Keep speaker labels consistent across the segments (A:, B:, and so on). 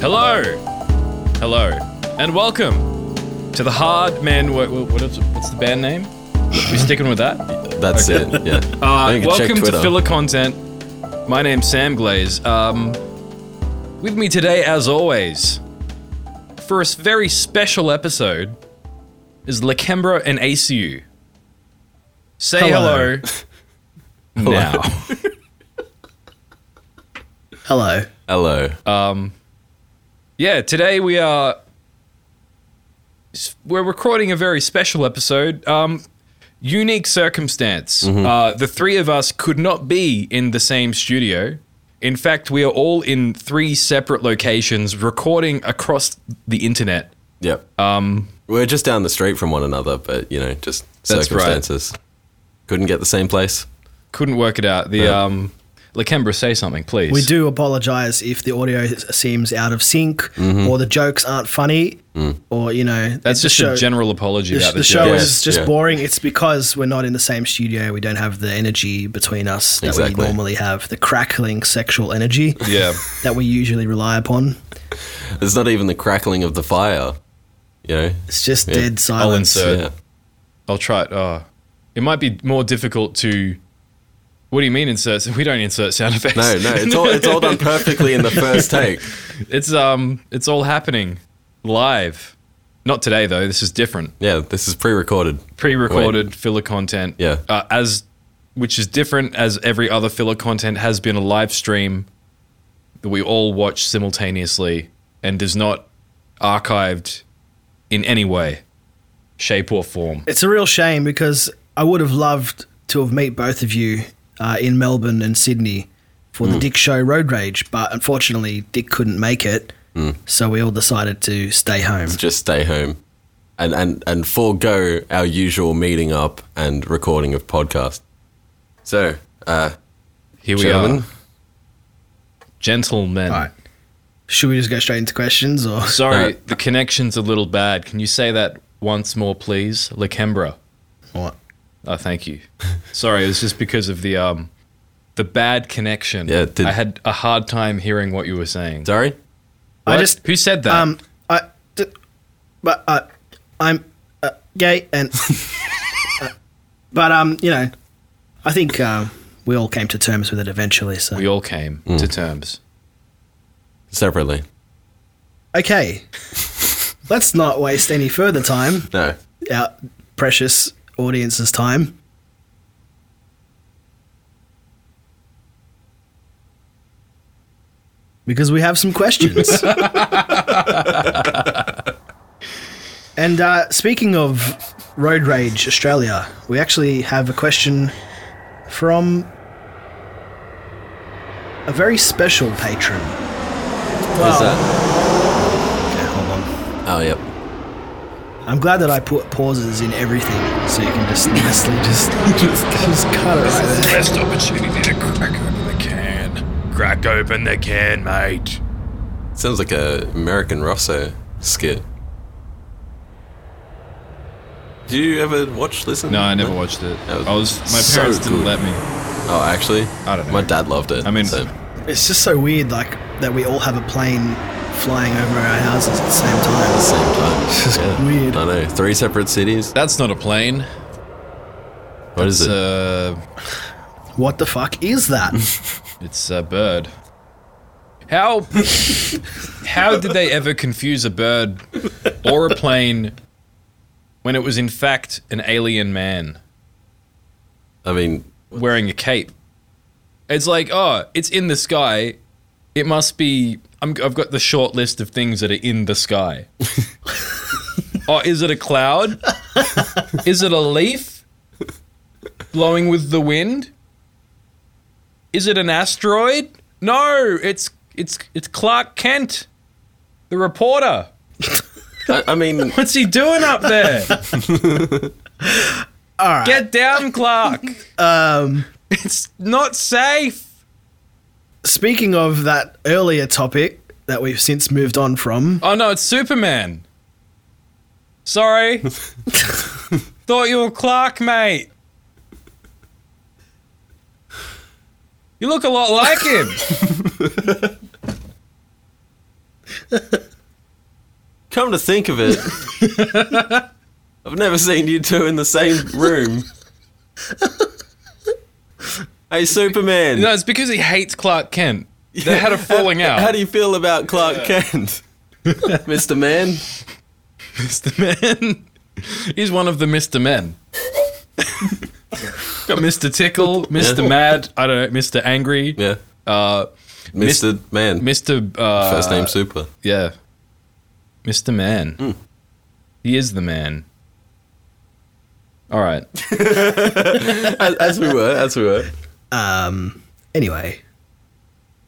A: Hello. Hello. And welcome to the Hard Men. What, what is, what's the band name? We sticking with that?
B: That's it. Yeah.
A: Uh,
B: You can check
A: welcome to
B: Twitter.
A: Filler Content. My name's Sam Glaze. Um, with me today, as always, for a s- very special episode, is Lakembra and ACU. Say hello,
C: Hello.
A: now.
C: Hello.
B: Hello.
A: uh, Yeah, today we are s- we're recording a very special episode. Um, unique circumstance.
C: Mm-hmm.
A: Uh, the three of us could not be in the same studio. In fact, we are all in three separate locations recording across the internet.
B: yep.
A: um,
B: We're just down the street from one another, but you know, just
A: That's right.
B: circumstances. Couldn't get the same place.
A: Couldn't work it out. The
B: Yeah.
A: um, Lakembra, say something, please.
C: We do apologize if the audio s- seems out of sync or the jokes aren't funny or, you know,
A: That's
C: the
A: just
C: show,
A: a general apology
C: The,
A: about
C: sh-
A: the,
C: the show
A: joke.
B: jokes.
C: is just
B: Yeah.
C: boring. It's because we're not in the same studio. We don't have the energy between us that
B: Exactly.
C: we normally have, the crackling sexual energy
A: Yeah.
C: that we usually rely upon.
B: There's not even the crackling of the fire. You know.
C: It's just dead
A: I'll
C: silence.
A: insert.
B: Yeah.
A: I'll try it. Oh, it might be more difficult to. What do you mean insert? We don't insert sound effects.
B: No, no. It's all it's all done perfectly in the first take.
A: It's um, it's all happening live. Not today though. This is different.
B: Yeah. This is pre-recorded.
A: Pre-recorded filler content.
B: Yeah.
A: Uh, as which is different as every other filler content has been a live stream that we all watch simultaneously and is not archived in any way, shape or form.
C: It's a real shame because I would have loved to have met both of you uh, in Melbourne and Sydney for
A: Hmm.
C: the Dick Show Road Rage, but unfortunately Dick couldn't make it,
A: Hmm.
C: so we all decided to stay home.
B: Just stay home. And, and and forego our usual meeting up and recording of podcast. So, uh,
A: Here we
B: gentlemen,
A: are, gentlemen.
C: All right. Should we just go straight into questions or
A: Sorry,
B: Uh,
A: the connection's a little bad. Can you say that once more, please, Lakembra?
C: what?
A: Oh, thank you. Sorry, it was just because of the um, the bad connection.
B: Yeah, it did-
A: I had a hard time hearing what you were saying.
B: sorry.
C: I
A: What?
C: just
A: who said that?
C: um I d- but uh, I'm uh, gay and uh, but um you know I think um, we all came to terms with it eventually. So
A: we all came
B: Mm.
A: to terms.
B: Separately.
C: okay, let's not waste any further time.
B: No.
C: our precious audience's time. Because we have some questions. and uh, speaking of Road Rage Australia, we actually have a question from a very special patron.
B: What's
C: Well-
B: that?
C: Okay, hold on.
B: Oh, yep.
C: I'm glad that I put pauses in everything so you can just nicely just just, just cut it right there.
D: Best opportunity to crack open the can. Crack open the can, mate.
B: Sounds like a American Rosso skit. Did you ever watch this?
A: No, I never watched it.
B: That
A: I was my
B: so
A: parents didn't
B: good.
A: let me.
B: Oh, actually,
A: I don't know.
B: My dad loved it.
A: I mean-
B: so,
C: It's just so weird, like that we all have a plane flying over our houses at the same time. It's
B: same time.
C: just
B: Yeah.
C: weird.
B: I know. Three separate cities.
A: That's not a plane.
B: What is
A: It's
B: it?
A: a
C: What the fuck is that?
A: it's a bird. How how did they ever confuse a bird or a plane when it was in fact an alien man? uh,
B: I mean,
A: wearing a cape. It's like, oh, it's in the sky. It must be. I'm, I've got the short list of things that are in the sky. oh, is it a cloud? is it a leaf blowing with the wind? Is it an asteroid? No, it's it's it's Clark Kent, the reporter.
B: I, I mean,
A: What's he doing up there? Get down, Clark.
C: Um,
A: It's not safe.
C: speaking of that earlier topic that we've since moved on from,
A: Oh no, it's Superman. Sorry. Thought you were Clark, mate. You look a lot like him.
B: come to think of it, I've never seen you two in the same room. hey, Superman.
A: No, it's because he hates Clark Kent. They had a falling out.
B: How do you feel about Clark Kent, Mister Man?
A: Mr. Man. He's one of the Mr. Men. Got Mr. Tickle, Mr.
B: Yeah.
A: Mad, I don't know, Mr. Angry,
B: Yeah,
A: uh,
B: Mister Man.
A: Mr. Uh,
B: First name Hmm. Super.
A: Yeah. Mr. Man. He is the man. All right.
B: As, as we were, as we were.
C: Um, anyway,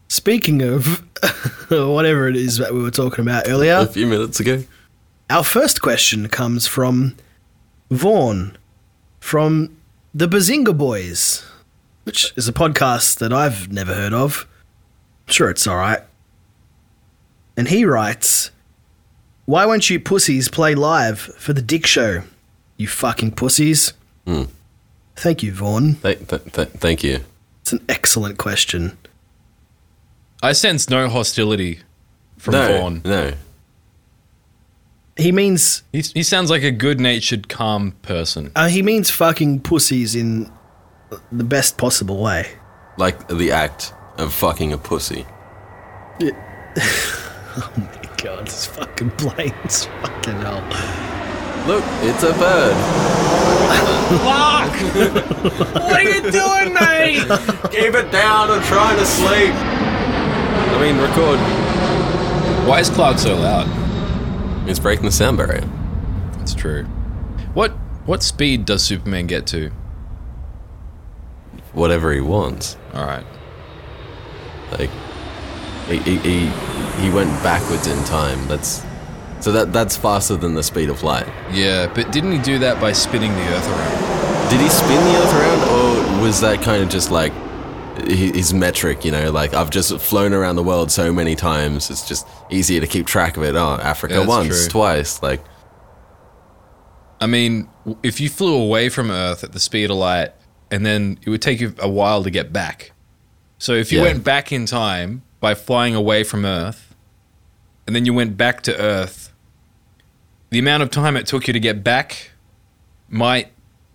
C: speaking of whatever it is that we were talking about
B: A
C: earlier,
B: few minutes ago.
C: our first question comes from Vaughn from the Bazinga Boys, which is a podcast that I've never heard of. Sure, it's all right. And he writes, "Why won't you pussies play live for the Dick Show? You fucking pussies." Thank you, Vaughn.
B: Thank, th- th- thank you.
C: It's an excellent question.
A: I sense no hostility from
B: no,
A: Vaughn.
B: no.
C: He means
A: He, he sounds like a good natured, calm person.
C: Uh, he means fucking pussies in the best possible way.
B: Like the act of fucking a pussy.
C: God, this fucking plane's fucking hell.
B: Look, it's a bird.
A: What are you doing, mate?
B: Keep it down. I'm trying to sleep. I mean, record.
A: Why is Clark so loud?
B: It's breaking the sound barrier.
A: That's true. What what speed does Superman get to?
B: Whatever he wants.
A: All right.
B: Like he, he, he, he went backwards in time. That's so that that's faster than the speed of light.
A: Yeah, but didn't he do that by spinning the Earth around?
B: Did he spin the Earth around, or was that kind of just like hi- his metric? You know, like I've just flown around the world so many times, it's just easier to keep track of it. Oh, Africa
A: Yeah, that's
B: once,
A: true.
B: twice, like
A: I mean, w- if you flew away from Earth at the speed of light, and then it would take you a while to get back. So if you
B: Yeah.
A: went back in time by flying away from Earth, and then you went back to Earth, the amount of time it took you to get back might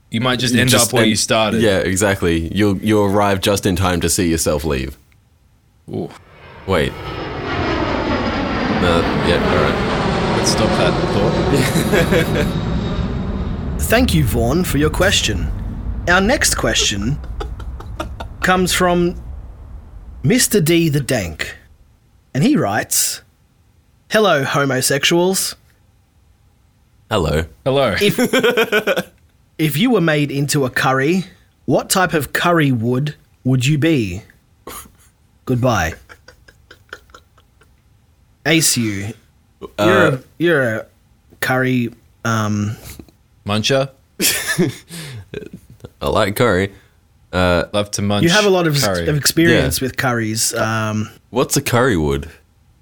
A: you might just end
B: just
A: up where
B: end-
A: you started.
B: Yeah, exactly. You'll you'll arrive just in time to see yourself leave.
A: Ooh,
B: Wait. No, yeah,
A: let's stop that thought.
C: Thank you, Vaughn, for your question. Our next question comes from Mr. D the Dank. And he writes Hello, homosexuals.
B: all right.
A: Hello.
B: Hello.
C: If you were made into a curry, what type of curry wood would you be? Goodbye. Ace you. You're, a, you're a curry. Um,
A: Muncher.
B: I like curry.
A: Love to munch.
C: you have a lot of,
A: curry.
C: of experience with curries. Um,
B: What's a curry wood?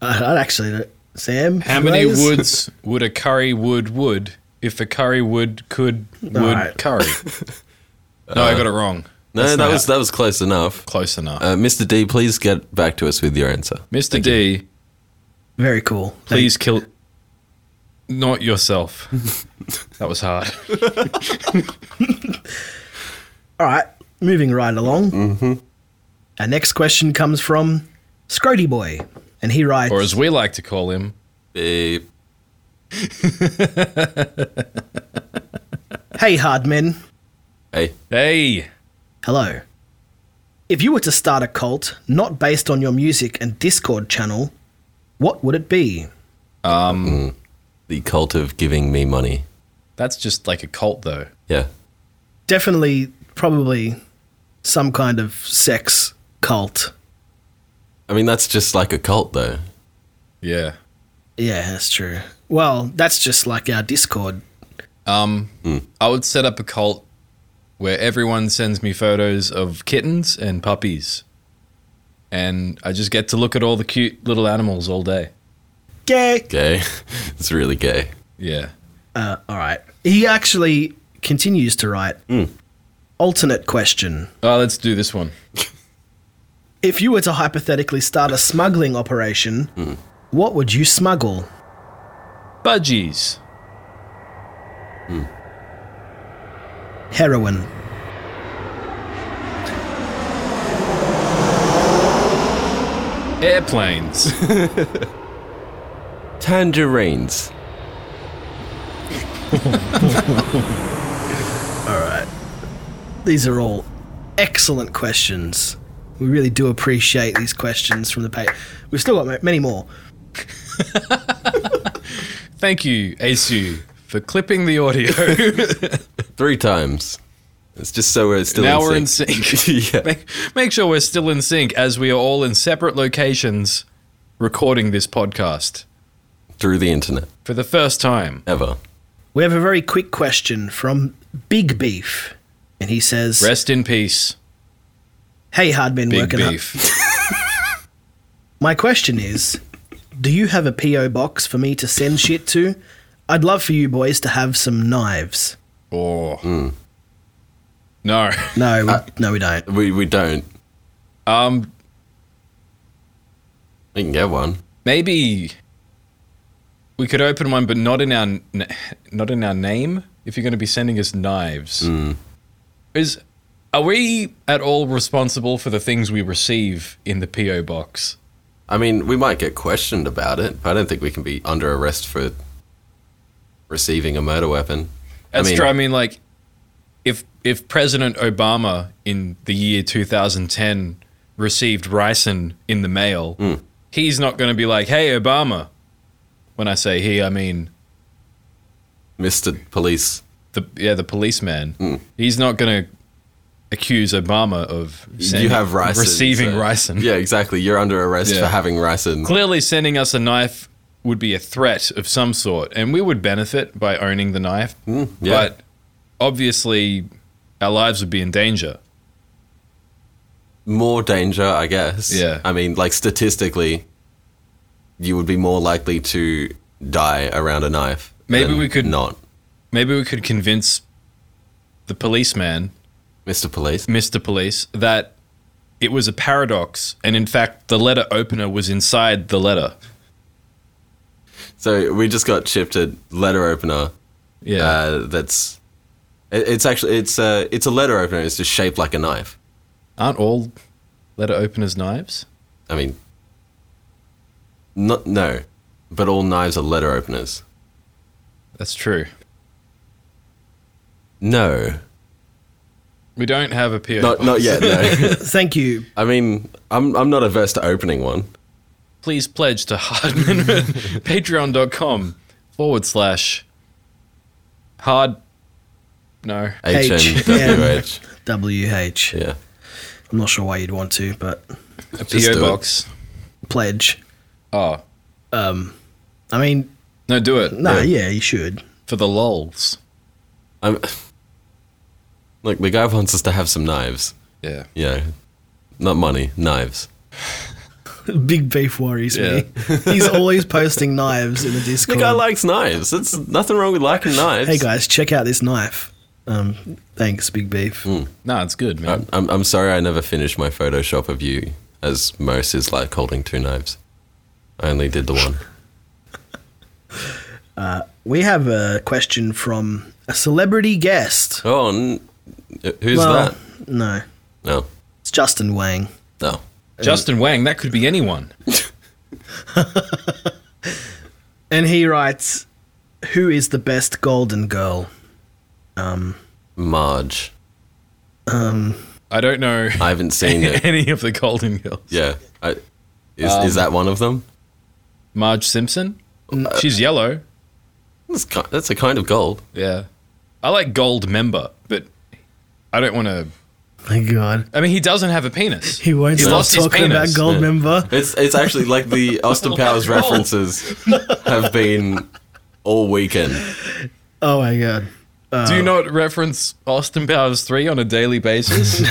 C: I, I actually don't. Sam?
A: How many
C: Blaze?
A: woods would a curry wood would if a curry wood could would
C: Alright.
A: curry? No, I got it wrong.
B: No,
A: That's
B: that
A: not
B: was that was close enough.
A: close enough.
B: Uh, Mr. D, please get back to us with your answer.
A: Mr. D,
C: Very cool.
A: please kill not yourself. that was hard.
C: All right, moving right along. Mm-hmm. Our next question comes from Scrody Boy. And he writes.
A: Or as we like to call him,
B: Beep.
C: Hey, hard men.
B: Hey,
A: hey,
C: Hello. If you were to start a cult not based on your music and Discord channel, what would it be?
B: the cult of giving me money.
A: that's just like a cult though.
B: Yeah.
C: Definitely, probably some kind of sex cult.
B: I mean, that's just like a cult, though.
A: Yeah.
C: Yeah, that's true. Well, that's just like our Discord.
A: Um,
B: Hmm.
A: I would set up a cult where everyone sends me photos of kittens and puppies. And I just get to look at all the cute little animals all day.
C: Gay.
B: Gay. it's really gay.
A: Yeah.
C: Uh, all right. He actually continues to write alternate question.
A: Oh, let's do this one.
C: If you were to hypothetically start a smuggling operation, what would you smuggle?
A: Budgies.
C: Heroin.
A: Airplanes.
B: Tangerines.
C: These are all excellent questions. We really do appreciate these questions from the page. We've still got ma- many more.
A: Thank you, Asu, for clipping the audio.
B: Three times. It's just so we're still
A: now
B: in
A: we're in
B: sync.
A: sync.
B: yeah.
A: make, make sure we're still in sync as we are all in separate locations recording this podcast
B: Through the internet.
A: for the first time.
B: Ever.
C: We have a very quick question from Big Beef, and he says,
A: Rest in peace,
C: "Hey, hard been
A: Big
C: working up.
A: Beef.
C: My question is, do you have a PO box for me to send shit to? I'd love for you boys to have some knives.
A: Oh. No.
C: No, we, no, we don't.
B: We, we don't.
A: Um,
B: We can get one.
A: maybe we could open one, but not in our n- not in our name. If you're going to be sending us knives,
B: Hmm.
A: is are we at all responsible for the things we receive in the PO box?
B: I mean, we might get questioned about it, but I don't think we can be under arrest for receiving a murder weapon.
A: That's
B: I mean,
A: true. I mean, like, if if President Obama in the year 2010 received ricin in the mail,
B: Hmm.
A: he's not going to be like, "Hey, Obama." When I say he, I mean
B: Mr. Police.
A: the yeah the policeman.
B: Hmm.
A: He's not going to accuse Obama of sending-
B: you have ricin.
A: receiving
B: so-
A: ricin.
B: Yeah, exactly. You're under arrest
A: Yeah.
B: for having ricin.
A: Clearly, sending us a knife would be a threat of some sort, and we would benefit by owning the knife.
B: Hmm, yeah.
A: But obviously, our lives would be in danger.
B: More danger, I guess.
A: Yeah.
B: I mean, like statistically, you would be more likely to die around a knife.
A: Maybe
B: than
A: we could-
B: not,
A: Maybe we could convince the policeman,
B: Mr. Police.
A: Mr. Police, that it was a paradox, and in fact, the letter opener was inside the letter.
B: So we just got shipped a letter opener.
A: Yeah.
B: Uh, that's. it- It's actually it's a it's a letter opener. It's just shaped like a knife.
A: Aren't all letter openers knives?
B: I mean, not no, but all knives are letter openers.
A: That's true.
B: No,
A: We don't have a PO.
B: not
A: box.
B: not yet. No,
C: Thank you.
B: I mean, I'm I'm not averse to opening one.
A: Please pledge to Hardman patreon.com forward slash hard. No.
C: H.
B: HMWH.
C: WH.
B: Yeah,
C: I'm not sure why you'd want to, but
A: A
B: Just do
A: PO
B: it.
A: box.
C: pledge. Um,
A: Oh.
C: I mean,
A: No, do it.
C: no, yeah, you should.
A: For the lulz.
B: I'm. Look, the guy wants us to have some knives.
A: Yeah.
B: Yeah, not money, knives.
C: Big Beef worries me. He's always posting knives in the
B: The
C: Discord.
B: guy likes knives. It's nothing wrong with liking knives.
C: hey guys, check out this knife. Um, thanks, Big Beef.
A: No, it's good, man.
B: I'm, I'm, I'm sorry I never finished my Photoshop of you as Mose is like holding two knives. I only did the one.
C: We have a question from a celebrity guest.
B: Oh, n- who's
C: well,
B: that?
C: no,
B: No,
C: it's Justin Wang.
B: no.
A: Justin Wang, that could be anyone.
C: And he writes, "Who is the best Golden Girl?"
B: Marge.
C: Um,
A: I don't know
B: I haven't seen it.
A: any of the Golden Girls.
B: Yeah. I, is, is that one of them?
A: Marge Simpson? She's yellow.
B: That's, ki- that's a kind of gold.
A: Yeah. I like Gold Member, but I don't want to.
C: My God,
A: I mean, he doesn't have a penis.
C: he won't
A: He's
C: stop
A: lost his
C: talking about
A: penis.
C: Gold
B: Yeah.
C: Member.
B: It's it's actually like the Austin Powers
A: Gold.
B: references have been all weekend.
C: Oh my God,
A: Do you not reference Austin Powers 3 on a daily basis?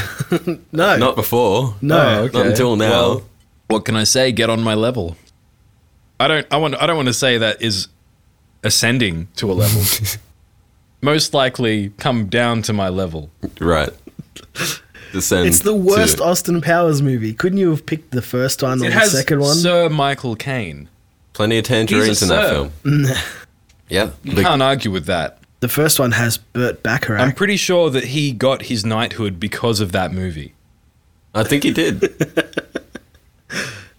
C: no,
B: Not before.
C: no.
A: Oh, okay.
B: Not until now.
A: Well, what can I say? Get on my level. I don't. I want. I don't want to say that is ascending to a level. Most likely, come down to my level.
B: right. Descend
C: It's the worst
B: to-
C: Austin Powers movie. Couldn't you have picked the first one or
A: It
C: the
A: has
C: second one?
A: Sir Michael Caine.
B: Plenty of
A: He's
B: tangerines
A: a
B: in that
A: sir.
B: film. Yeah.
A: You
B: Big-
A: can't argue with that.
C: The first one has Burt Bacharach.
A: I'm pretty sure that he got his knighthood because of that movie.
B: I think he did.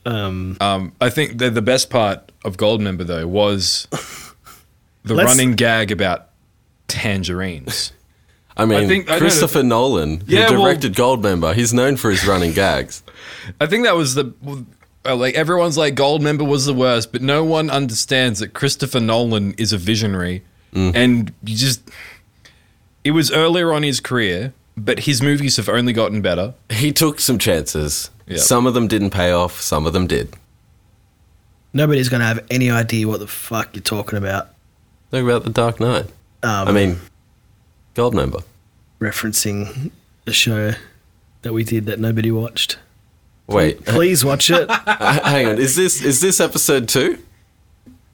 A: Um, I think that the best part of Goldmember though was the
C: Let's-
A: running gag about tangerines.
B: I mean,
A: think- I know
B: Christopher Nolan, who
A: Yeah, well-
B: directed Goldmember, he's known for his running gags.
A: I think that was the uh, like everyone's like Goldmember was the worst, but no one understands that Christopher Nolan is a visionary, and you just it was earlier on his career, but his movies have only gotten better.
B: He took some chances.
A: Yep.
B: Some of them didn't pay off. Some of them did.
C: Nobody's going to have any idea what the fuck you're talking about.
B: Think about the Dark Knight.
C: Um,
B: I mean, Goldmember.
C: referencing a show that we did that nobody watched.
B: Wait,
C: Please watch it. yeah.
B: h- hang on. Is this is this episode two?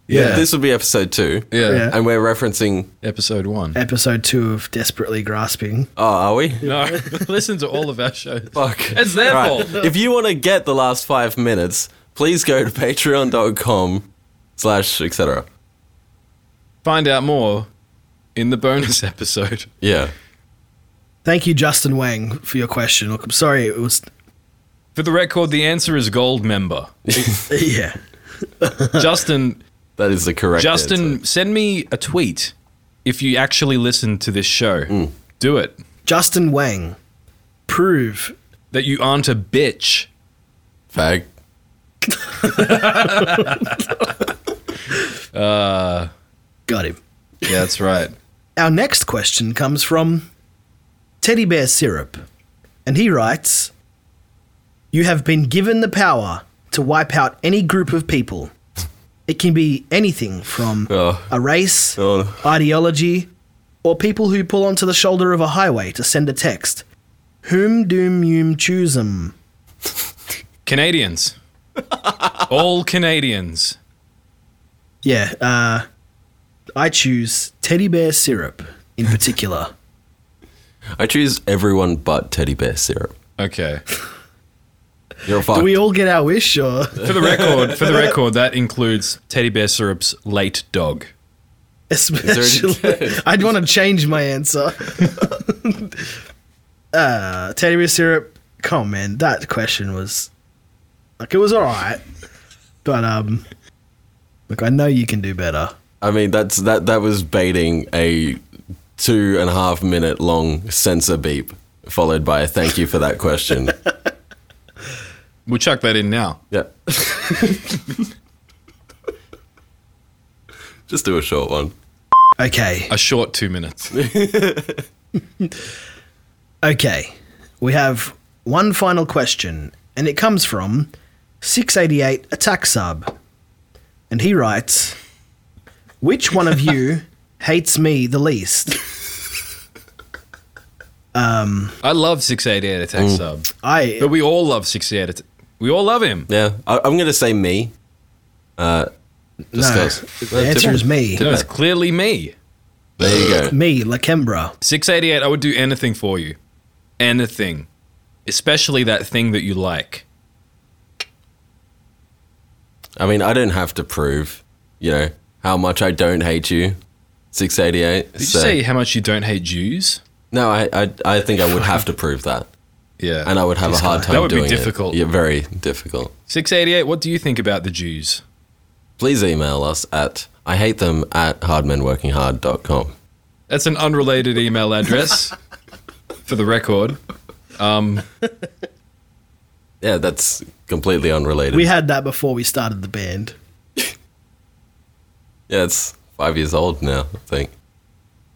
B: this would be episode two.
A: Yeah,
C: Yeah.
B: and we're referencing.
A: episode one.
C: Episode two of Desperately Grasping.
B: Oh, are we?
A: No, listen to all of our shows.
B: Fuck.
A: It's their
B: Right.
A: fault.
B: If you want to get the last five minutes, please go to patreon.com slash etc.
A: Find out more in the bonus episode.
B: Yeah.
C: Thank you, Justin Wang, for your question. Look, I'm sorry it was.
A: For the record, the answer is Goldmember.
C: yeah.
A: Justin,
B: That is the correct
A: Justin,
B: answer.
A: send me a tweet if you actually listen to this show. Do it.
C: Justin Wang, prove
A: That you aren't a bitch.
B: Fag.
C: Got him.
A: Yeah, that's right.
C: Our next question comes from Teddy Bear Syrup, and he writes You have been given the power to wipe out any group of people. It can be anything from
B: Oh.
C: a race,
B: Oh.
C: ideology, or people who pull onto the shoulder of a highway to send a text. Whom doom yum choosem.
A: Canadians. All Canadians.
C: Yeah, uh, I choose Teddy Bear Syrup in particular.
B: I choose everyone but teddy bear syrup.
A: Okay.
B: You're
C: Do
B: fucked.
C: we all get our wish, or?
A: For the record, for the record, that includes Teddy Bear Syrup's late dog.
C: Especially, I'd want to change my answer. uh, teddy bear syrup. Come on, man. That question was like it was all right, but um, look, I know you can do better.
B: I mean, that's that that was baiting a two and a half minute long sensor beep, followed by a thank you for that question.
A: We'll chuck that in now.
B: yeah. Just do a short one.
C: Okay,
A: A short two minutes.
C: okay. We have one final question, and it comes from 688 Attack Sub, and he writes, "Which one of you hates me the least?"
A: I love 688 Attack Sub.
C: I
A: But we all love 68. It's- We all love him.
B: Yeah, I, I'm gonna say me. Uh, just
C: No,
B: 'cause-
C: the answer is me.
A: No, it's clearly me.
B: There you go.
C: Me, Lakembra.
A: 688, I would do anything for you. Anything. Especially that thing that you like.
B: I mean, I don't have to prove, you know, how much I don't hate you. Six eighty eight.
A: Did you say how much you don't hate Jews?
B: no? I, I I think I would have to prove that.
A: Yeah.
B: and I would have a hard
A: guy.
B: time
A: That would be
B: doing it.
A: difficult.
B: Yeah, very difficult.
A: 688, what do you think about the Jews?
B: Please email us at I hate them at hardmenworkinghard.com.
A: That's an unrelated email address for the record.
B: Yeah, that's completely unrelated.
C: We had that before we started the band.
B: yeah, it's five years old now, I think.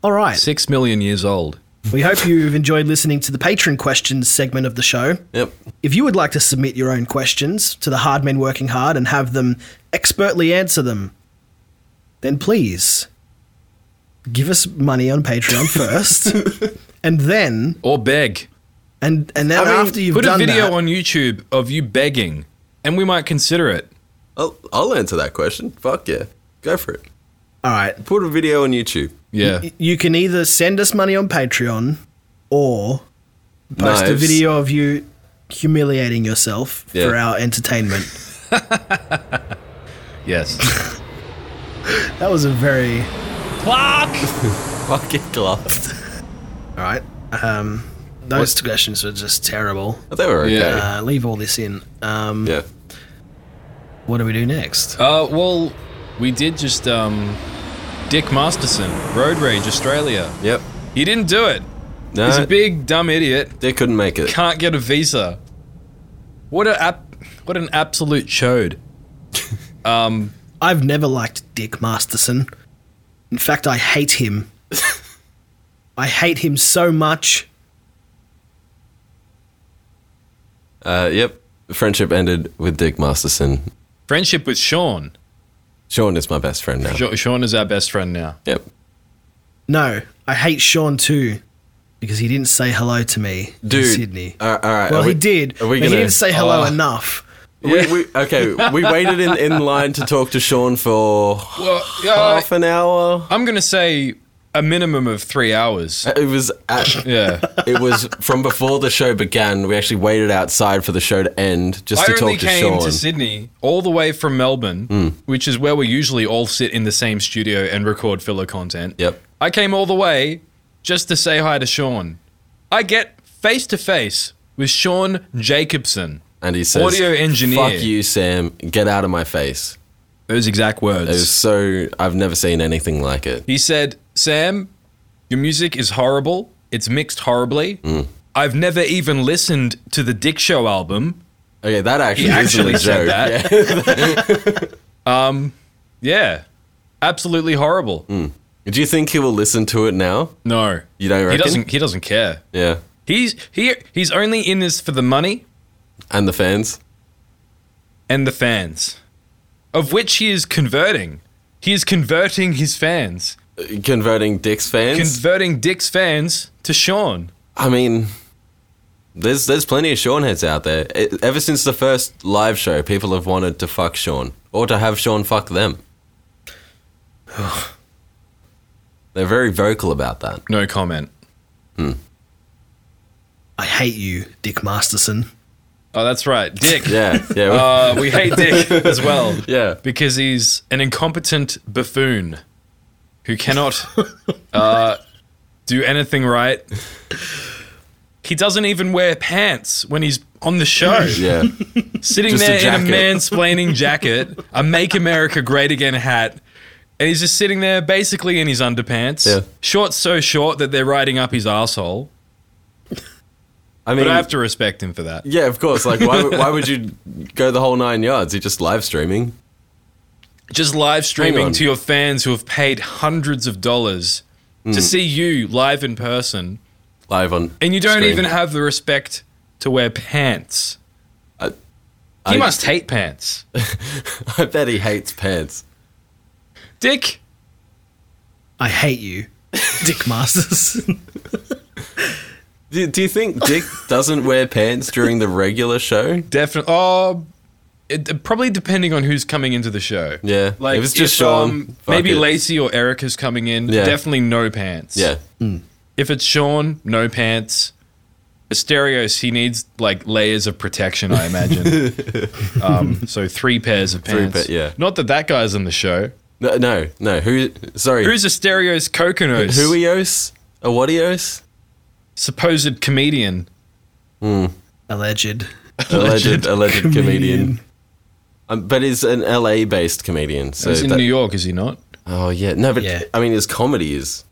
C: All right.
A: Six million years old.
C: We hope you've enjoyed listening to the patron questions segment of the show.
B: Yep.
C: If you would like to submit your own questions to the hard men working hard and have them expertly answer them, then please give us money on Patreon first. and then
A: Or beg.
C: and and then
B: I mean,
C: after you've
A: Put a
C: done
A: video
C: that,
A: on YouTube of you begging, and we might consider it.
B: I'll, I'll answer that question. Fuck yeah. Go for it.
C: all right.
B: Put a video on YouTube.
A: Yeah.
C: y- You can either send us money on Patreon or post a
B: Knives.
C: video of you humiliating yourself for
B: Yeah.
C: our entertainment.
A: Yes.
C: That was a very
A: Fuck!
B: Fucking glove.
C: All right. Um, those questions were just terrible.
B: They were okay.
A: Yeah.
B: Yeah.
C: Uh, leave all this in. Um,
B: yeah.
C: What do we do next?
A: Uh, well, we did just, um, Dick Masterson, Road Rage Australia.
B: Yep.
A: He didn't do it.
B: No.
C: Uh,
A: He's a big dumb idiot.
B: Dick couldn't make it.
A: Can't get a visa. What a ap- what an absolute chode.
C: I've never liked Dick Masterson. In fact, I hate him. I hate him so much.
B: Uh, yep. Friendship ended with Dick Masterson.
A: Friendship with Sean.
B: Sean is my best friend now.
A: Jo- Sean is our best friend now.
B: Yep.
C: No, I hate Sean too because he didn't say hello to me
B: Dude.
C: in Sydney.
B: All right. all right,
C: well,
B: are we-
C: he did,
B: Are
C: but
B: we
C: he
B: gonna- Ah.
C: didn't say hello
A: Oh.
C: enough.
B: We, we, okay, we waited in, in line to talk to Sean for
A: Well, yeah,
B: half an hour.
A: I'm gonna say a minimum of three hours.
B: It was at,
A: Yeah.
B: it was from before the show began. We actually waited outside for the show to end just
A: I
B: to
A: only
B: talk to
A: came
B: Sean. Hmm.
A: to Sydney all the way from Melbourne, which is where we usually all sit in the same studio and record filler content.
B: Yep.
A: I came all the way just to say hi to Sean. I get face to face with Sean Jacobson.
B: and he says,
A: Audio engineer.
B: Fuck you, Sam. Get out of my face.
A: Those exact words.
B: It was so, I've never seen anything like it.
A: He said, Sam, your music is horrible. It's mixed horribly.
B: Hmm.
A: I've never even listened to the Dick Show album.
B: Okay, that actually,
A: He actually
B: isn't a
A: said
B: joke.
A: that.
B: Yeah.
A: Yeah. Absolutely horrible.
B: Do you think he will listen to it now?
A: No.
B: You don't
A: He
B: reckon?
A: doesn't he doesn't care.
B: Yeah.
A: He's he he's only in this for the money
B: And the fans?
A: and the fans. Of which he is converting. He is converting his fans.
B: Converting Dick's fans?
A: Converting Dick's fans to Sean.
B: I mean, there's there's plenty of Sean heads out there. E- ever since the first live show, people have wanted to fuck Sean or to have Sean fuck them. They're very vocal about that.
A: No comment.
C: I hate you, Dick Masterson.
A: Oh, that's right. Dick.
B: Yeah, yeah, we-
A: Uh, we hate Dick as well.
B: yeah.
A: because he's an incompetent buffoon who cannot uh, do anything right. He doesn't even wear pants when he's on the show.
B: Yeah,
A: Sitting
B: Just a
A: there in a
B: jacket.
A: mansplaining jacket, a Make America Great Again hat, and he's just sitting there basically in his underpants.
B: Yeah.
A: Shorts so short that they're riding up his asshole.
B: I mean,
A: But I have to respect him for that.
B: yeah, of course. Like, why, would- why would you go the whole nine yards? You're just live streaming.
A: just live
B: Hang
A: streaming
B: on.
A: to your fans who have paid hundreds of dollars
B: Mm.
A: to see you live in person,
B: Live on,
A: and you don't
B: stream.
A: even have the respect to wear pants.
B: I-
A: he
B: I-
A: must hate pants.
B: I bet he hates pants.
A: Dick,
C: I hate you, Dick Masterson.
B: Do, do you think Dick doesn't wear pants during the regular show?
A: definitely. Oh, it, probably depending on who's coming into the show.
B: Yeah,
A: Like
B: it was just
A: if,
B: Sean.
A: um,
B: Fuck
A: maybe
B: it.
A: Lacey or Erica's coming in.
B: Yeah.
A: Definitely no pants.
B: Yeah,
A: If it's Sean, no pants. Asterios, he needs like layers of protection, I imagine. um, so three pairs of pants.
B: pa- yeah.
A: Not that that guy's in the show.
B: no, no, no. Who? Sorry,
A: Who's Asterios Kokonos?
B: Huios? Awadios?
A: Supposed comedian.
C: Alleged.
B: Alleged, alleged comedian. Um, but he's an LA based comedian. So
A: He's in
B: that-
A: New York, is he not?
B: Oh, yeah. No, but
C: Yeah.
B: I mean, his comedy is.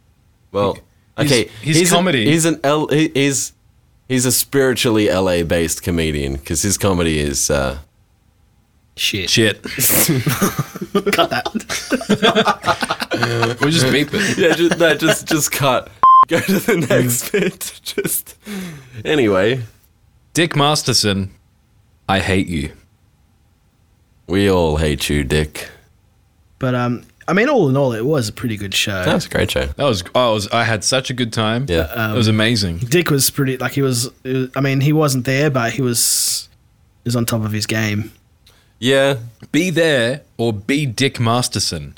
B: Well,
A: His-
B: okay.
A: his
B: he's a-
A: comedy-
B: he's an L. He, he's, he's a spiritually LA based comedian because his comedy is. Uh,
C: Shit.
A: Shit.
C: Cut that.
A: We'll just beep it.
B: yeah, just, no, just, just cut. Go to the
A: Mm.
B: next bit. Just. Anyway,
A: Dick Masterson, I hate you.
B: we all hate you, Dick.
C: But um, I mean, all in all, it was a pretty good show.
B: That was a great show.
A: That was oh, I was I had such a good time.
B: Yeah.
A: it was amazing.
C: Dick was pretty like he was. I mean, he wasn't there, but he was. He was on top of his game.
B: Yeah.
A: Be there or be Dick Masterson.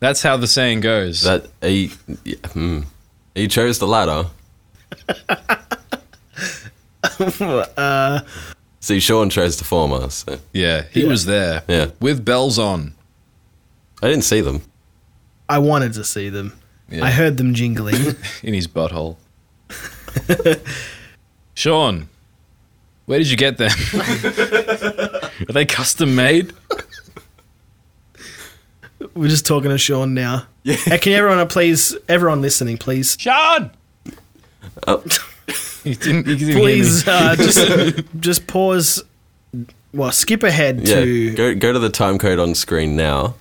A: That's how the saying goes.
B: That he, yeah, hmm. he chose the latter. See, Sean chose the former. So.
A: Yeah, he was there.
B: Yeah.
A: With bells on.
B: I didn't see them.
C: I wanted to see them.
A: Yeah.
C: I heard them jingling.
A: in his butthole. Sean, where did you get them? Are they custom made?
C: We're just talking to Sean now. Yeah. can everyone uh, please, everyone listening, please,
A: Sean!
B: Oh.
A: He didn't, he didn't hear me.
C: please uh, just just pause. Well, skip ahead
B: Yeah,
C: to
B: go go to the time code on screen now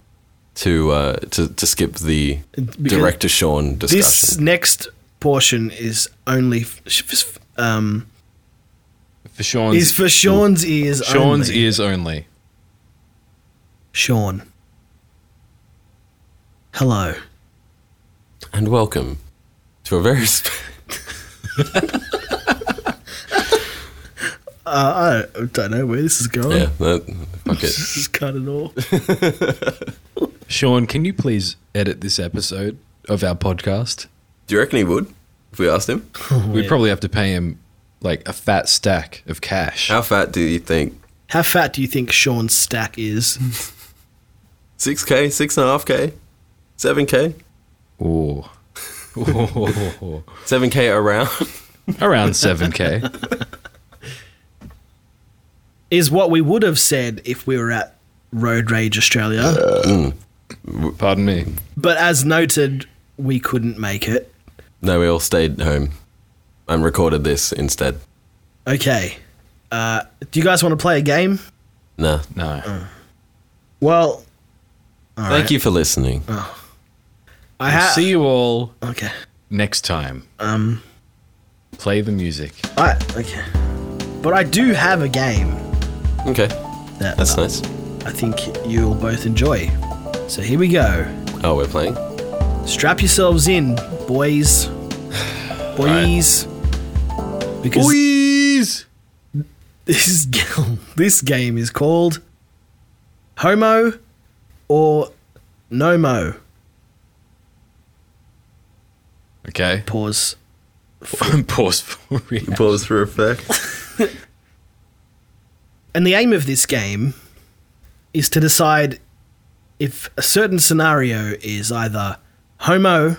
B: to uh, to to skip the director Sean
C: this
B: discussion.
C: next portion is only f- f- um,
A: For Sean's,
C: is for Sean's ears.
A: Sean's
C: only.
A: ears only.
C: Sean. Hello.
B: and welcome to a very sp-
C: Uh, I don't know where this is going.
B: yeah that, fuck it.
C: This is kind of all.
A: Sean, can you please edit this episode of our podcast?
B: Do you reckon he would if we asked him?
C: Oh,
A: We'd probably have to pay him like a fat stack of cash.
B: How fat do you think?
C: How fat do you think Sean's stack is?
B: Six k, six and a half k, seven k,
A: Ooh. Ooh.
B: seven k around.
A: Around 7K.
C: Is what we would have said if we were at Road Rage Australia.
A: Pardon me.
C: But as noted, we couldn't make it.
B: no, we all stayed home and recorded this instead.
C: Okay. Uh, do you guys want to play a game?
B: Nah.
A: No.
C: Well,
B: Thank you for listening.
C: I have.
A: See you all
C: Okay.
A: next time.
C: Um.
A: Play the music.
C: I okay. But I do have a game
B: Okay,
C: that
B: that's nice.
C: I think you'll both enjoy. So here we go.
B: Oh, we're playing.
C: Strap yourselves in, boys. Boys. Because
A: Please.
C: this g- this game is called Homo or Nomo.
A: Okay.
C: Pause.
A: Pause for real.
B: Pause for effect.
C: And the aim of this game is to decide if a certain scenario is either homo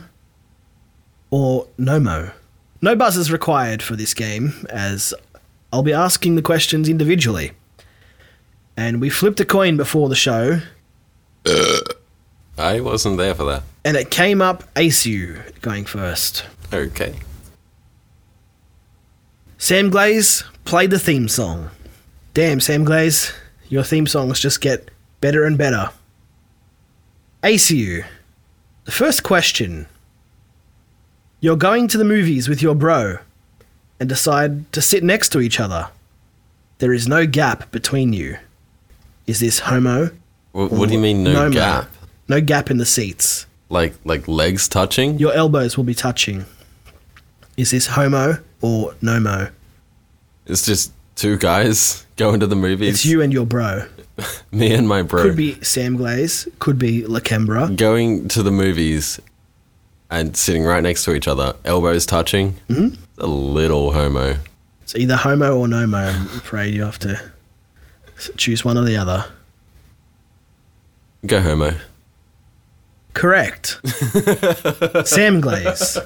C: or nomo. No buzz is required for this game, as I'll be asking the questions individually. And we flipped a coin before the show,
B: I wasn't there for that.
C: and it came up ACU going first.
B: Okay.
C: Sam Glaze played the theme song. Damn, Sam Glaze, your theme songs just get better and better. ACU, the first question. You're going to the movies with your bro and decide to sit next to each other. There is no gap between you. Is this homo?
B: What, what do you mean no,
C: Nomo?
B: gap?
C: No gap in the seats.
B: Like like legs touching?
C: Your elbows will be touching. Is this homo or nomo?
B: It's just two guys going to the movies.
C: It's you and your bro.
B: me and my bro
C: Could be Sam Glaze. Could be Lakembra.
B: going to the movies and sitting right next to each other, elbows touching. Mm-hmm. A little homo.
C: It's either homo or nomo. I'm afraid you have to s- choose one or the other.
B: Go homo.
C: Correct. Sam Glaze.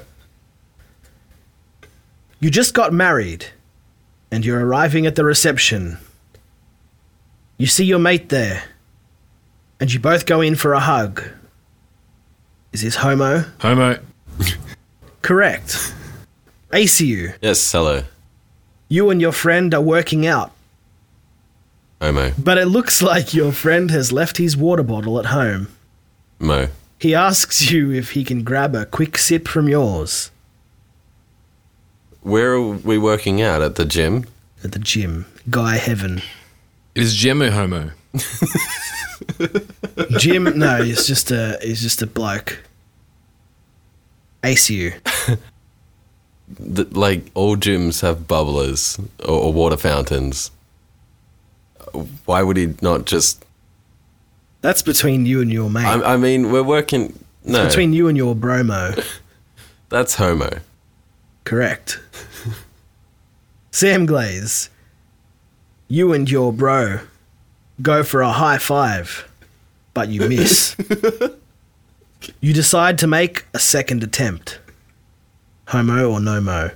C: You just got married and you're arriving at the reception. You see your mate there and you both go in for a hug. Is this homo?
A: Homo.
C: Correct. ACU.
B: Yes, hello,
C: You and your friend are working out.
B: homo,
C: But it looks like your friend has left his water bottle at home.
B: mo.
C: He asks you if he can grab a quick sip from yours
B: Where are we working out at the gym?
C: at the gym. Guy Heaven.
A: It is Gemmo Homo.
C: Jim, no, he's just a he's just a bloke. ACU.
B: Th like all gyms have bubblers or, or water fountains. Why would he not just?
C: That's between you and your mate.
B: I, I mean, we're working. No,
C: Between you and your bromo.
B: that's homo.
C: Correct. Sam Glaze. You and your bro go for a high five, but you miss. You decide to make a second attempt. Homo or nomo?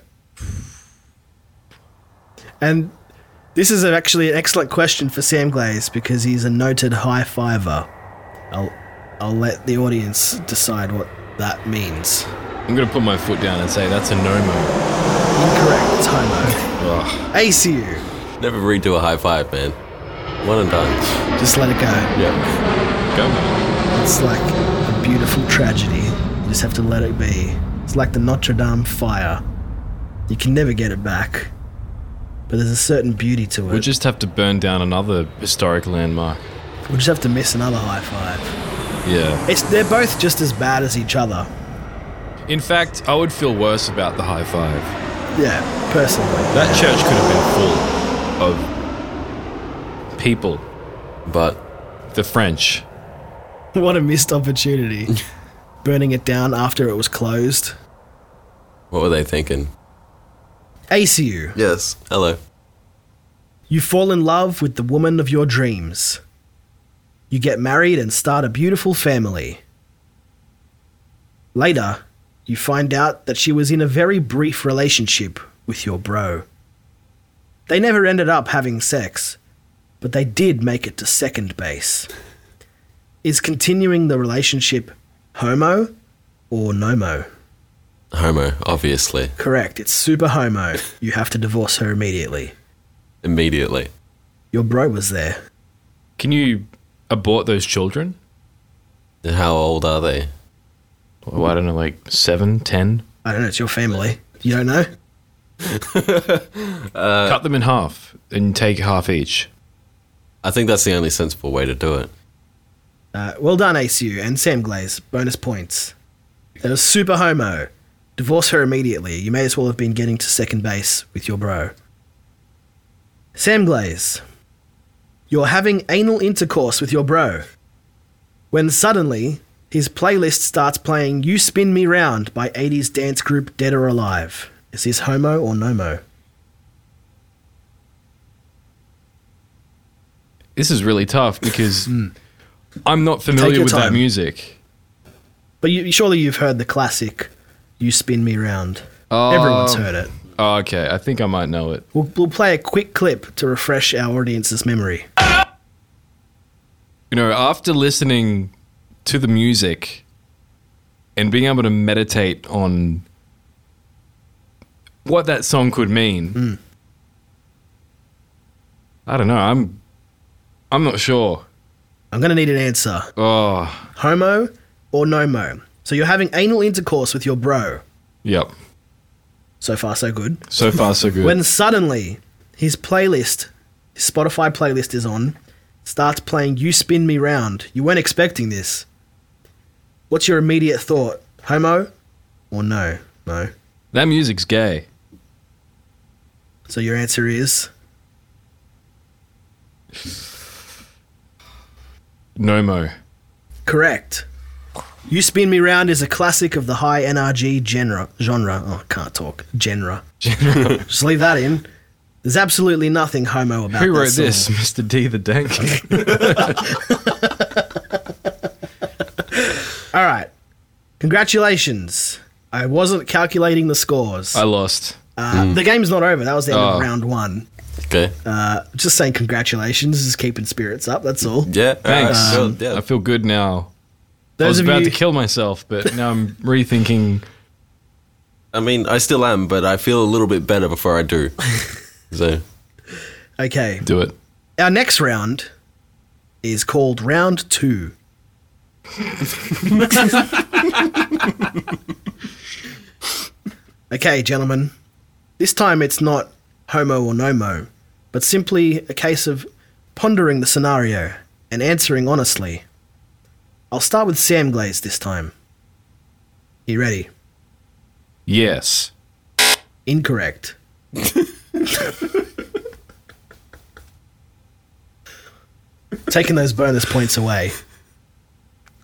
C: And this is a- actually an excellent question for Sam Glaze because he's a noted high fiver. I'll, I'll let the audience decide what that means.
A: I'm gonna put my foot down and say that's a no-mo.
C: Incorrect. It's homo. ACU.
B: Never redo a high five, man. One and done.
C: Just let it go.
B: Yeah.
A: Go, man.
C: It's like a beautiful tragedy. You just have to let it be. It's like the Notre Dame fire. You can never get it back. But there's a certain beauty to it.
A: We'll just have to burn down another historic landmark.
C: We'll just have to miss another high five.
A: Yeah.
C: It's they're both just as bad as each other.
A: In fact, I would feel worse about the high five.
C: Yeah, personally.
A: That church could have been full of people.
B: But
A: The French.
C: What a missed opportunity. Burning it down after it was closed.
B: what were they thinking?
C: ACU.
B: Yes. Hello.
C: You fall in love with the woman of your dreams. You get married and start a beautiful family. Later, you find out that she was in a very brief relationship with your bro. They never ended up having sex, but they did make it to second base. Is continuing the relationship homo or nomo?
B: Homo, obviously.
C: Correct, it's super homo. You have to divorce her immediately.
B: Immediately.
C: Your bro was there.
A: Can you abort those children?
B: How old are they?
A: Oh, I don't know, like seven, ten?
C: I don't know, it's your family. You don't know? Uh,
A: Cut them in half and take half each.
B: I think that's the only sensible way to do it.
C: Uh, well done, ACU and Sam Glaze. Bonus points. That was super homo. Divorce her immediately. You may as well have been getting to second base with your bro. Sam Glaze. You're having anal intercourse with your bro. When suddenly, his playlist starts playing You Spin Me Round by 80s dance group Dead or Alive. Is this homo or nomo?
A: This is really tough because I'm not
C: Hmm. Take
A: familiar
C: your
A: with that
C: time.
A: music.
C: But you, surely you've heard the classic You Spin Me Round.
A: Oh.
C: Everyone's heard it.
A: Oh, okay, I think I might know it.
C: We'll, we'll play a quick clip to refresh our audience's memory.
A: You know, after listening to the music and being able to meditate on what that song could mean,
C: Hmm.
A: I don't know. I'm, I'm not sure.
C: I'm going to need an answer
A: Oh,
C: homo or nomo? So you're having anal intercourse with your bro.
A: yep.
C: So far, so good.
A: So far, so good.
C: When suddenly his playlist, his Spotify playlist is on, starts playing You Spin Me Round. You weren't expecting this. What's your immediate thought? Homo or no? No.
A: that music's gay.
C: So your answer is
A: No mo.
C: Correct. You Spin Me Round is a classic of the high NRG genre. Genre. Oh, I can't talk. Genre. Just leave that in. There's absolutely nothing homo about
A: Who
C: that
A: wrote
C: song.
A: this? Mr. D the Dank.
C: All right. Congratulations. I wasn't calculating the scores.
A: I lost.
C: uh, The game's not over. That was the end
A: Oh.
C: of round one.
B: Okay.
C: Uh, just saying congratulations. Just keeping spirits up. That's all.
B: yeah.
A: Thanks.
B: alright, cool,
A: I
B: yeah.
A: feel good now. I
C: Those
A: was
C: of
A: about
C: you,
A: to kill myself, but now I'm rethinking.
B: I mean, I still am, but I feel a little bit better before I do. so,
C: Okay.
A: Do it.
C: Our next round is called round two. okay, gentlemen. This time it's not homo or nomo, but simply a case of pondering the scenario and answering honestly. I'll start with Sam Glaze this time. You ready?
A: Yes.
C: Incorrect. Taking those bonus points away.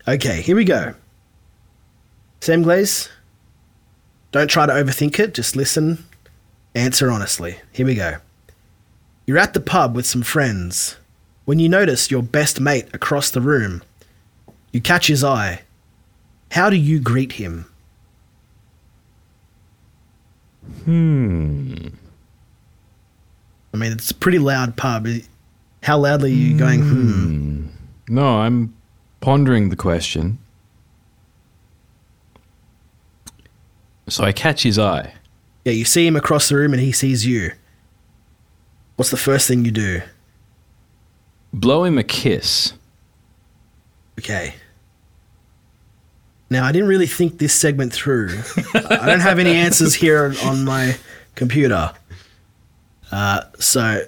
C: Okay, here we go. Sam Glaze, don't try to overthink it, just listen, answer honestly. Here we go. You're at the pub with some friends when you notice your best mate across the room. You catch his eye. How do you greet him? Hmm. I mean, it's a pretty loud pub. How loudly are you going? Hmm.
A: No, I'm pondering the question. So I catch his eye.
C: Yeah, you see him across the room and he sees you. What's the first thing you do?
A: Blow him a kiss.
C: Okay. Now, I didn't really think this segment through. I don't have any answers here on, on my computer. Uh, so,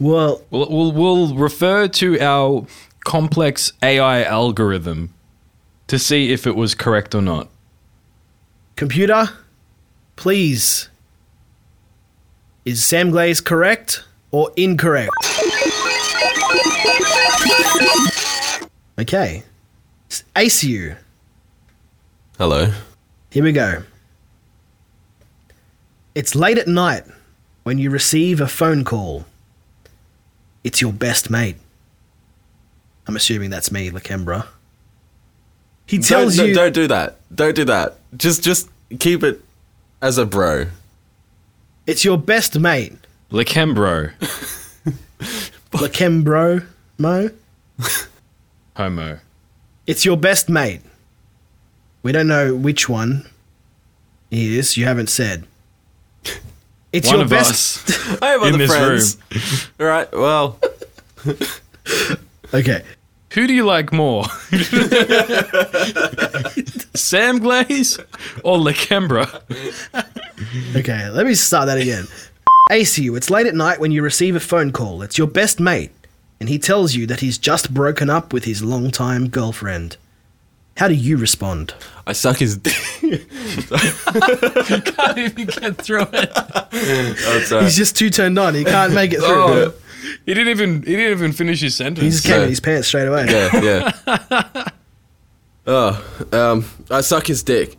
C: well,
A: We'll, we'll, we'll refer to our complex AI algorithm to see if it was correct or not.
C: computer, please. Is Sam Glaze correct or incorrect? Okay. S- ACU.
B: Hello.
C: Here we go. It's late at night when you receive a phone call. It's your best mate. I'm assuming that's me, Lakembra. He tells
B: don't,
C: you.
B: don't do that. Don't do that. Just just keep it as a bro.
C: It's your best mate,
A: Lakembro,
C: Lakembro Mo.
A: homo.
C: It's your best mate. We don't know which one he is. You haven't said. It's
A: One
C: your
A: of
C: best.
A: us.
B: I have
A: In
B: other
A: this
B: friends. All right. Well,
C: Okay.
A: Who do you like more? Sam Glaze or Lakembra?
C: Okay, let me start that again. ACU, it's late at night when you receive a phone call. It's your best mate, and he tells you that he's just broken up with his longtime girlfriend. How do you respond?
B: I suck his. dick.
A: I didn't even get through it.
B: oh, sorry.
C: He's just too turned on. He can't make it through.
A: Oh, he didn't even he didn't even finish his
C: he
A: sentence.
C: just came
B: Yeah.
C: in his pants straight away.
B: yeah, yeah. Oh, um, I suck his dick.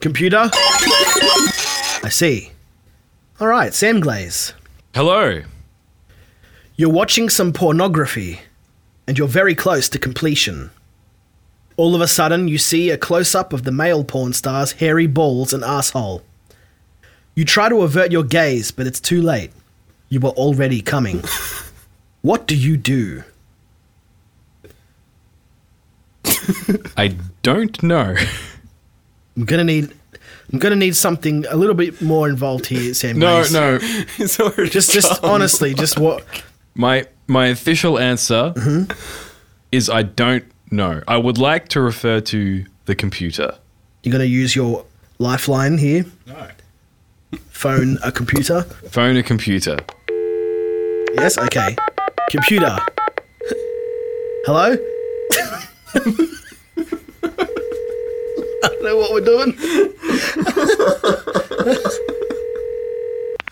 C: Computer? I see. All right, Sam Glaze.
A: Hello.
C: You're watching some pornography, and you're very close to completion. All of a sudden, you see a close up of the male porn star's hairy balls and asshole. You try to avert your gaze, but it's too late. You were already coming. what do you do?
A: I don't know.
C: I'm gonna need, I'm gonna need something a little bit more involved here, Sam.
A: No,
C: Mace.
A: no.
B: He's already
C: Just, just
B: gone.
C: honestly, just what?
A: My my official answer is I don't know. I would like to refer to the computer.
C: You're gonna use your lifeline here. No. Phone a computer.
A: Phone a computer.
C: Yes, okay. Computer. Hello? I don't know what we're doing.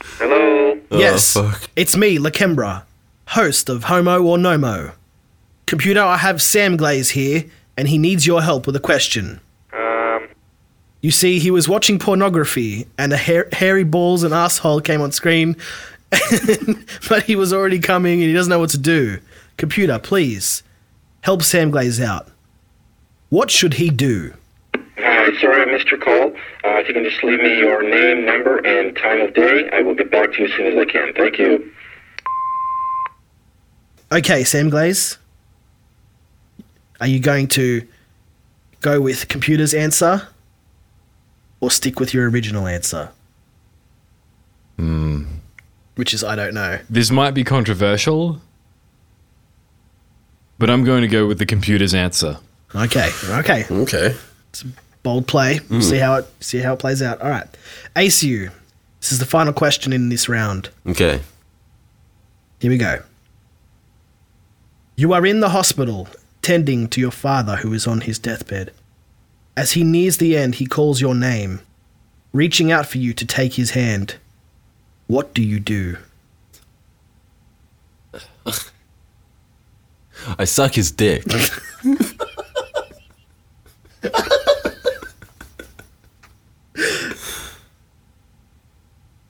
E: Hello.
B: Oh,
C: yes.
B: fuck.
C: It's me, Lakembra, host of Homo or Nomo. Computer, I have Sam Glaze here, and he needs your help with a question.
E: Um,
C: You see, he was watching pornography, and a hair- hairy balls and asshole came on screen, but he was already coming, and he doesn't know what to do. Computer, please help Sam Glaze out. What should he do?
E: hi, Uh, sorry I missed your call. Uh, if you can just leave me your name, number, and time of day, I will get back to you as soon as I can. Thank you.
C: Okay, Sam Glaze, are you going to go with computer's answer, or stick with your original answer? Which is I don't know.
A: This might be controversial, but I'm going to go with the computer's answer.
C: Okay, okay.
B: Okay.
C: bold play. See how it see how it plays out. All right, ACU. This is the final question in this round.
B: Okay.
C: Here we go. You are in the hospital tending to your father who is on his deathbed. As he nears the end, he calls your name, reaching out for you to take his hand. What do you do?
B: I suck his dick.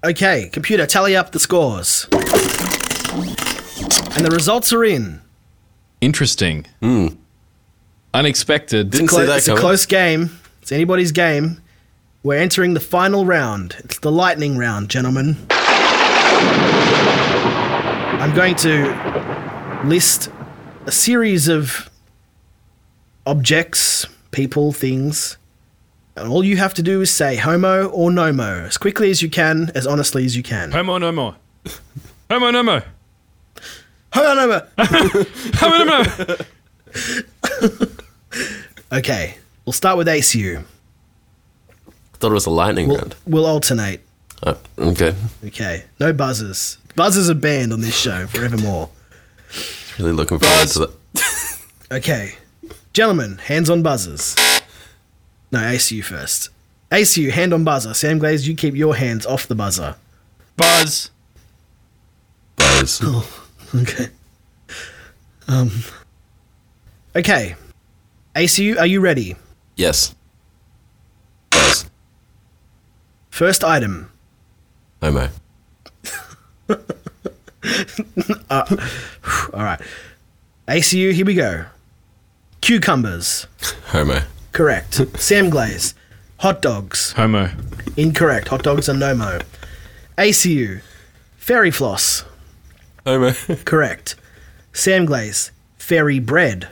C: Okay, computer, tally up the scores. And the results are in.
A: Hmm. Interesting. Unexpected.
B: Didn't see
C: Clo-
B: that
C: it's a
B: coming.
C: close game. It's anybody's game. We're entering the final round. It's the lightning round, gentlemen. I'm going to list a series of objects, people, things. And all you have to do is say homo or nomo as quickly as you can, as honestly as you can.
A: Homo no more. Homo no more.
C: Homo nomo!
A: Homo no more.
C: Okay, we'll start with ACU.
B: thought it was a lightning
C: We'll,
B: round.
C: we'll alternate.
B: Oh, okay.
C: Okay, no buzzers. Buzzers are banned on this show forevermore.
B: Really looking forward to that.
C: Okay. Gentlemen, hands on buzzers. No, ACU first. ACU, hand on buzzer. Sam Glaze, you keep your hands off the buzzer.
A: Buzz.
B: Buzz.
C: Okay. Um. Okay. ACU, are you ready?
B: Yes. Buzz.
C: First item.
B: Homo.
C: All right. ACU, here we go. Cucumbers.
B: Homo.
C: Correct. Sam Glaze. Hot dogs.
A: Homo.
C: Incorrect. Hot dogs are no mo. ACU. Fairy floss.
B: Homo.
C: Correct. Sam Glaze. Fairy bread.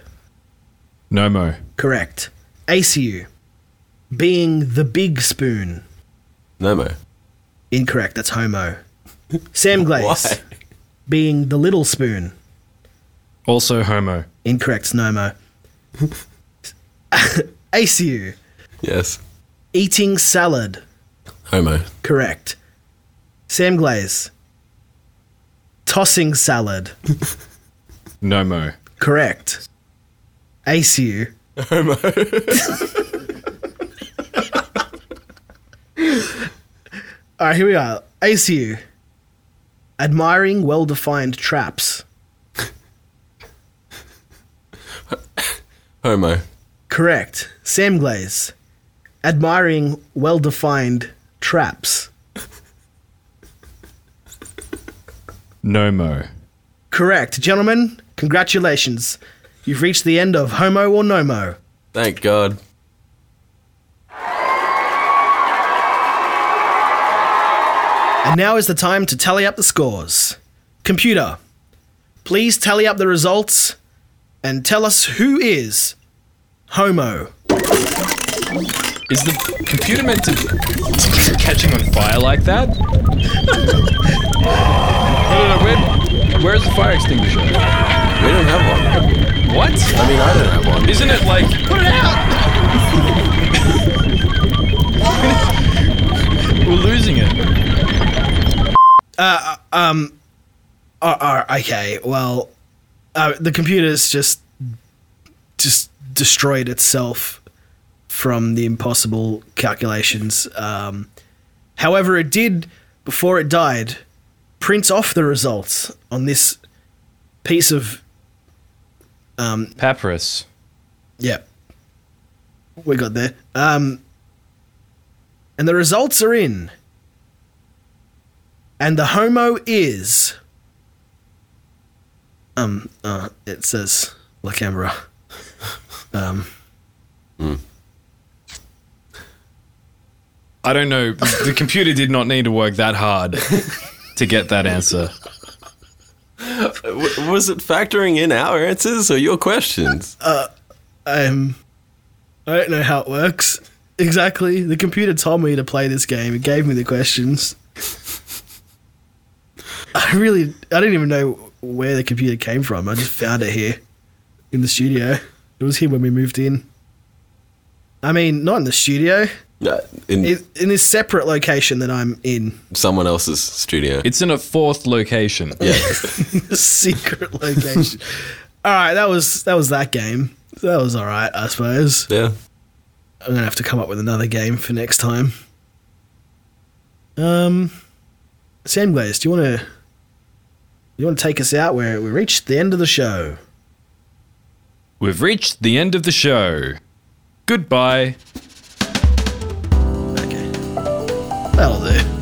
A: No mo.
C: Correct. ACU. Being the big spoon.
B: Nomo.
C: Incorrect. That's homo. Sam
B: Why?
C: Glaze. Being the little spoon.
A: Also homo.
C: Incorrect. It's nomo. ACU.
B: Yes.
C: Eating salad.
B: Homo.
C: Correct. Sam Glaze. Tossing salad.
A: No mo.
C: Correct. ACU.
B: Homo.
C: All right, here we are. ACU. Admiring well defined traps.
B: Homo.
C: Correct. Sam Glaze. Admiring well defined traps.
A: No mo.
C: Correct. Gentlemen, congratulations. You've reached the end of Homo or Nomo.
B: Thank God.
C: And now is the time to tally up the scores. Computer, please tally up the results and tell us who is Homo.
A: Is the computer meant to catching on fire like that? no, no, no. Where, where's the fire extinguisher?
B: We don't have one.
A: What?
B: I mean, I don't have one.
A: Isn't it like put it out? We're losing it.
C: Uh, uh, okay, well, uh, the computer's just just destroyed itself from the impossible calculations. Um, however, it did before it died print off the results on this piece of
A: Papyrus.
C: yeah. We got there. Um, and the results are in. And the homo is. Um, uh, it says La Camera. Um,
A: I don't know. The computer did not need to work that hard to get that answer.
B: W- was it factoring in our answers or your questions?
C: um, I don't know how it works exactly. The computer told me to play this game. It gave me the questions. I really, I didn't even know where the computer came from. I just found it here in the studio. It was here when we moved in. I mean, not in the studio.
B: Uh, in
C: It, in this separate location that I'm in,
B: someone else's studio.
A: It's in a fourth location.
B: yeah.
C: the secret location. all right, that was that was that game. That was all right, I suppose.
B: Yeah.
C: I'm gonna have to come up with another game for next time. Um, Sam Glaze, do you want to you want to take us out? Where we reached the end of the show.
A: We've reached the end of the show. Goodbye.
C: Okay, that'll do.